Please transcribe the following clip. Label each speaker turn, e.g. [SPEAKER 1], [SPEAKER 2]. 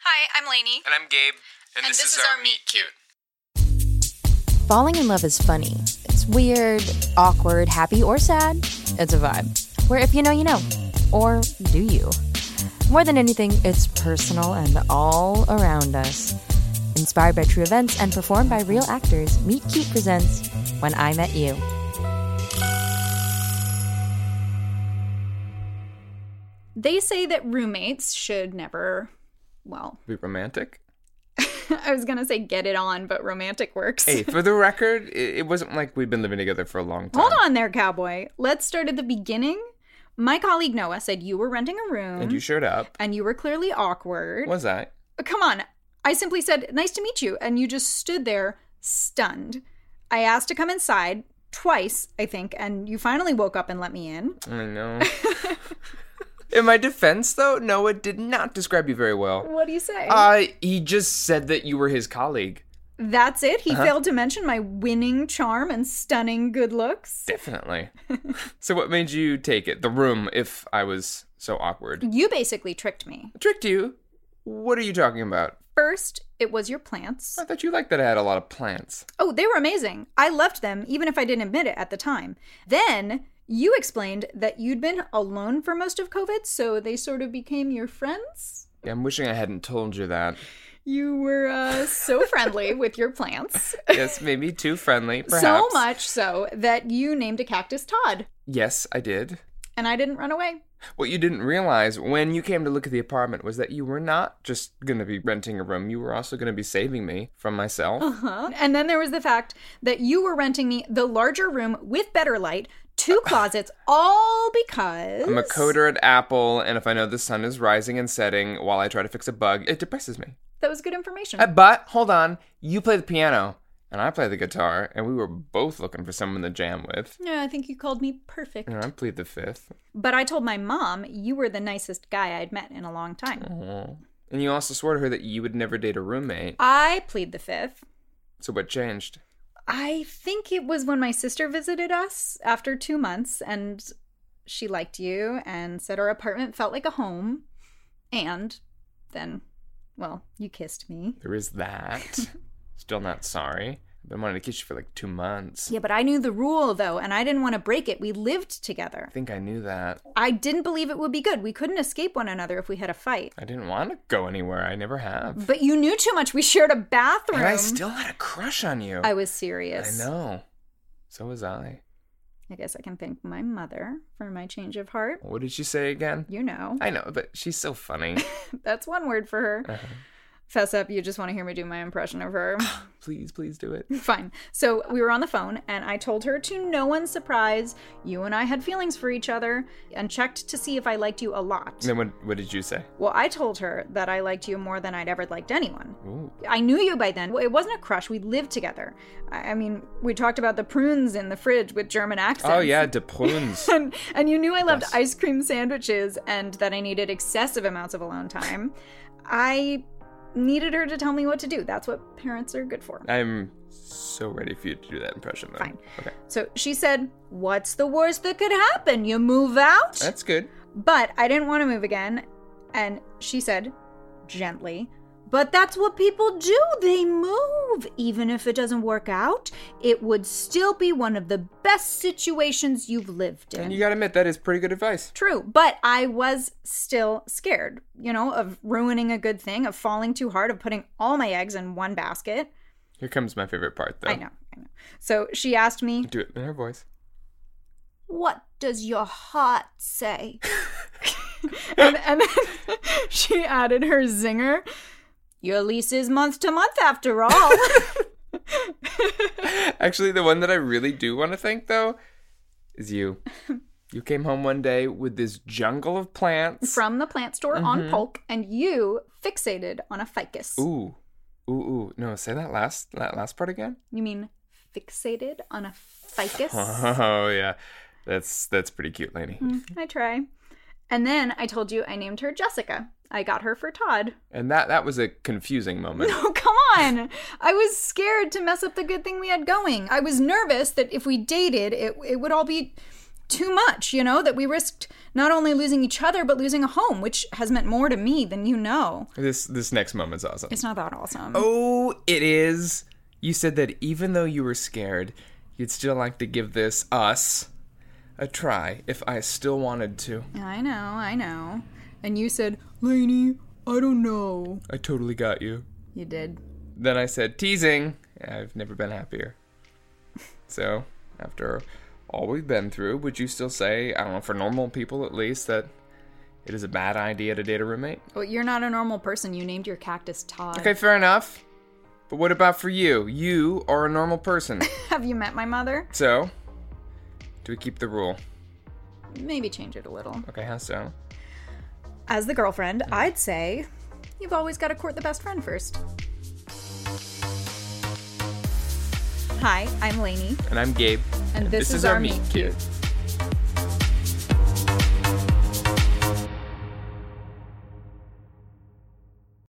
[SPEAKER 1] Hi, I'm Lainey.
[SPEAKER 2] And I'm Gabe. And, this, is, our, meet cute.
[SPEAKER 3] Falling in love is funny. It's weird, awkward, happy, or sad. It's a vibe. Where if you know, you know. Or do you? More than anything, it's personal and all around us. Inspired by true events and performed by real actors, Meet Cute presents When I Met You.
[SPEAKER 1] They say that roommates should never, well,
[SPEAKER 2] Be romantic.
[SPEAKER 1] I was going to say get it on, but romantic works.
[SPEAKER 2] Hey, for the record, it, it wasn't like we've been living together for a long time.
[SPEAKER 1] Hold on there, cowboy. Let's start at the beginning. My colleague Noah said you were renting a room
[SPEAKER 2] And you showed up.
[SPEAKER 1] and you were clearly awkward. Uh,
[SPEAKER 2] Was I?
[SPEAKER 1] Come on. I simply said, nice to meet you. And you just stood there stunned. I asked to come inside twice, I think, and you finally woke up and let me in.
[SPEAKER 2] I know. in my defense, though, Noah did not describe you very well.
[SPEAKER 1] What do you say?
[SPEAKER 2] Uh, he just said that you were his colleague.
[SPEAKER 1] That's it.
[SPEAKER 2] uh-huh.
[SPEAKER 1] He failed to mention my winning charm and stunning good looks.
[SPEAKER 2] Definitely. so, what made you take it? The room, if I was so awkward.
[SPEAKER 1] You basically tricked me.
[SPEAKER 2] Tricked you? What are you talking about?
[SPEAKER 1] First, it was your plants.
[SPEAKER 2] I thought you liked that I had a lot of plants.
[SPEAKER 1] Oh, they were amazing. I loved them, even if I didn't admit it at the time. Then you explained that you'd been alone for most of COVID, so they sort of became your friends.
[SPEAKER 2] I'm wishing I hadn't told you that.
[SPEAKER 1] You were uh, so friendly with your plants.
[SPEAKER 2] Yes, maybe too friendly, perhaps.
[SPEAKER 1] So much so that you named a cactus Todd,
[SPEAKER 2] Yes, I did.
[SPEAKER 1] and I didn't run away.
[SPEAKER 2] What you didn't realize when you came to look at the apartment was that you were not just going to be renting a room, you were also going to be saving me from myself.
[SPEAKER 1] Huh? And then there was the fact that you were renting me the larger room with better light, two closets, all because
[SPEAKER 2] Uh-huh. I'm a coder at Apple, and if I know the sun is rising and setting while I try to fix a bug, it depresses me.
[SPEAKER 1] that was good information.
[SPEAKER 2] Uh, But hold on, you play the piano, and I play the guitar, and we were both looking for someone to jam with.
[SPEAKER 1] yeah, I think you called me perfect.
[SPEAKER 2] And I played the fifth.
[SPEAKER 1] But I told my mom you were the nicest guy I'd met in a long time.
[SPEAKER 2] And you also swore to her that you would never date a roommate.
[SPEAKER 1] I plead the fifth.
[SPEAKER 2] So what changed?
[SPEAKER 1] I think it was when my sister visited us after two months and she liked you and said our apartment felt like a home. And then, well, you kissed me.
[SPEAKER 2] There is that. Still not sorry. I've been wanting to kiss you for like two months.
[SPEAKER 1] Yeah, but I knew the rule though, and I didn't want to break it. We lived together.
[SPEAKER 2] I think I knew that.
[SPEAKER 1] I didn't believe it would be good. We couldn't escape one another if we had a fight.
[SPEAKER 2] I didn't want to go anywhere. I never have.
[SPEAKER 1] But you knew too much. We shared a bathroom.
[SPEAKER 2] And I still had a crush on you.
[SPEAKER 1] I was serious.
[SPEAKER 2] I know. So was I.
[SPEAKER 1] I guess I can thank my mother for my change of heart.
[SPEAKER 2] What did she say again?
[SPEAKER 1] You know,
[SPEAKER 2] I know, but she's so funny.
[SPEAKER 1] that's one word for her.
[SPEAKER 2] Uh-huh.
[SPEAKER 1] Fess up, you just want to hear me do my impression of her.
[SPEAKER 2] please, please do it.
[SPEAKER 1] Fine. So we were on the phone, and I told her to no one's surprise, you and I had feelings for each other and checked to see if I liked you a lot.
[SPEAKER 2] And then what, what did you say?
[SPEAKER 1] Well, I told her that I liked you more than I'd ever liked anyone.
[SPEAKER 2] Ooh.
[SPEAKER 1] I knew you by then. It wasn't a crush. We lived together. I I mean, we talked about the prunes in the fridge with German accents.
[SPEAKER 2] Oh, yeah, de prunes.
[SPEAKER 1] And, and you knew I loved ice cream sandwiches and that I needed excessive amounts of alone time. I needed her to tell me what to do. That's what parents are good for.
[SPEAKER 2] I'm so ready for you to do that impression, though.
[SPEAKER 1] Fine.
[SPEAKER 2] Okay.
[SPEAKER 1] So she said, What's the worst that could happen? You move out?
[SPEAKER 2] That's good.
[SPEAKER 1] But I didn't want to move again. And she said, gently, But that's what people do. They move. Even if it doesn't work out, it would still be one of the best situations you've lived in.
[SPEAKER 2] And you gotta admit, that is pretty good advice.
[SPEAKER 1] True, but I was still scared, you know, of ruining a good thing, of falling too hard, of putting all my eggs in one basket.
[SPEAKER 2] Here comes my favorite part, though.
[SPEAKER 1] I know, I know. So she asked me,
[SPEAKER 2] Do it in her voice.
[SPEAKER 1] what does your heart say? and, and then she added her zinger, your lease is month to month after all.
[SPEAKER 2] Actually, the one that I really do want to thank, though, is you. you came home one day with this jungle of plants.
[SPEAKER 1] From the plant store on Polk, and you fixated on a ficus.
[SPEAKER 2] Ooh, ooh, ooh! No, say that last that last part again.
[SPEAKER 1] You mean fixated on a ficus?
[SPEAKER 2] Oh yeah, that's that's pretty cute, Lainey.
[SPEAKER 1] I try. And then I told you I named her Jessica. I got her for Todd.
[SPEAKER 2] And that that was a confusing moment.
[SPEAKER 1] Oh, come on. I was scared to mess up the good thing we had going. I was nervous that if we dated, it, it would all be too much, you know, that we risked not only losing each other, but losing a home, which has meant more to me than you know.
[SPEAKER 2] This this next moment's awesome.
[SPEAKER 1] It's not that awesome.
[SPEAKER 2] Oh, it is. You said that even though you were scared, you'd still like to give this us a try if I still wanted to.
[SPEAKER 1] I know, I know. And you said, Lainey, I don't know.
[SPEAKER 2] I totally got you.
[SPEAKER 1] You did.
[SPEAKER 2] Then I said, teasing. I've never been happier. So, after all we've been through, would you still say, I don't know, for normal people at least, that it is a bad idea to date a roommate?
[SPEAKER 1] Well, you're not a normal person. You named your cactus Todd.
[SPEAKER 2] Okay, fair enough. But what about for you? You are a normal person.
[SPEAKER 1] Have you met my mother?
[SPEAKER 2] so, do we keep the rule?
[SPEAKER 1] Maybe change it a little.
[SPEAKER 2] Okay, how so?
[SPEAKER 1] As the girlfriend, I'd say you've always got to court the best friend first. Hi, I'm Lainey,
[SPEAKER 2] And I'm Gabe.
[SPEAKER 1] and, this, is, our, meet cute.
[SPEAKER 2] Cute.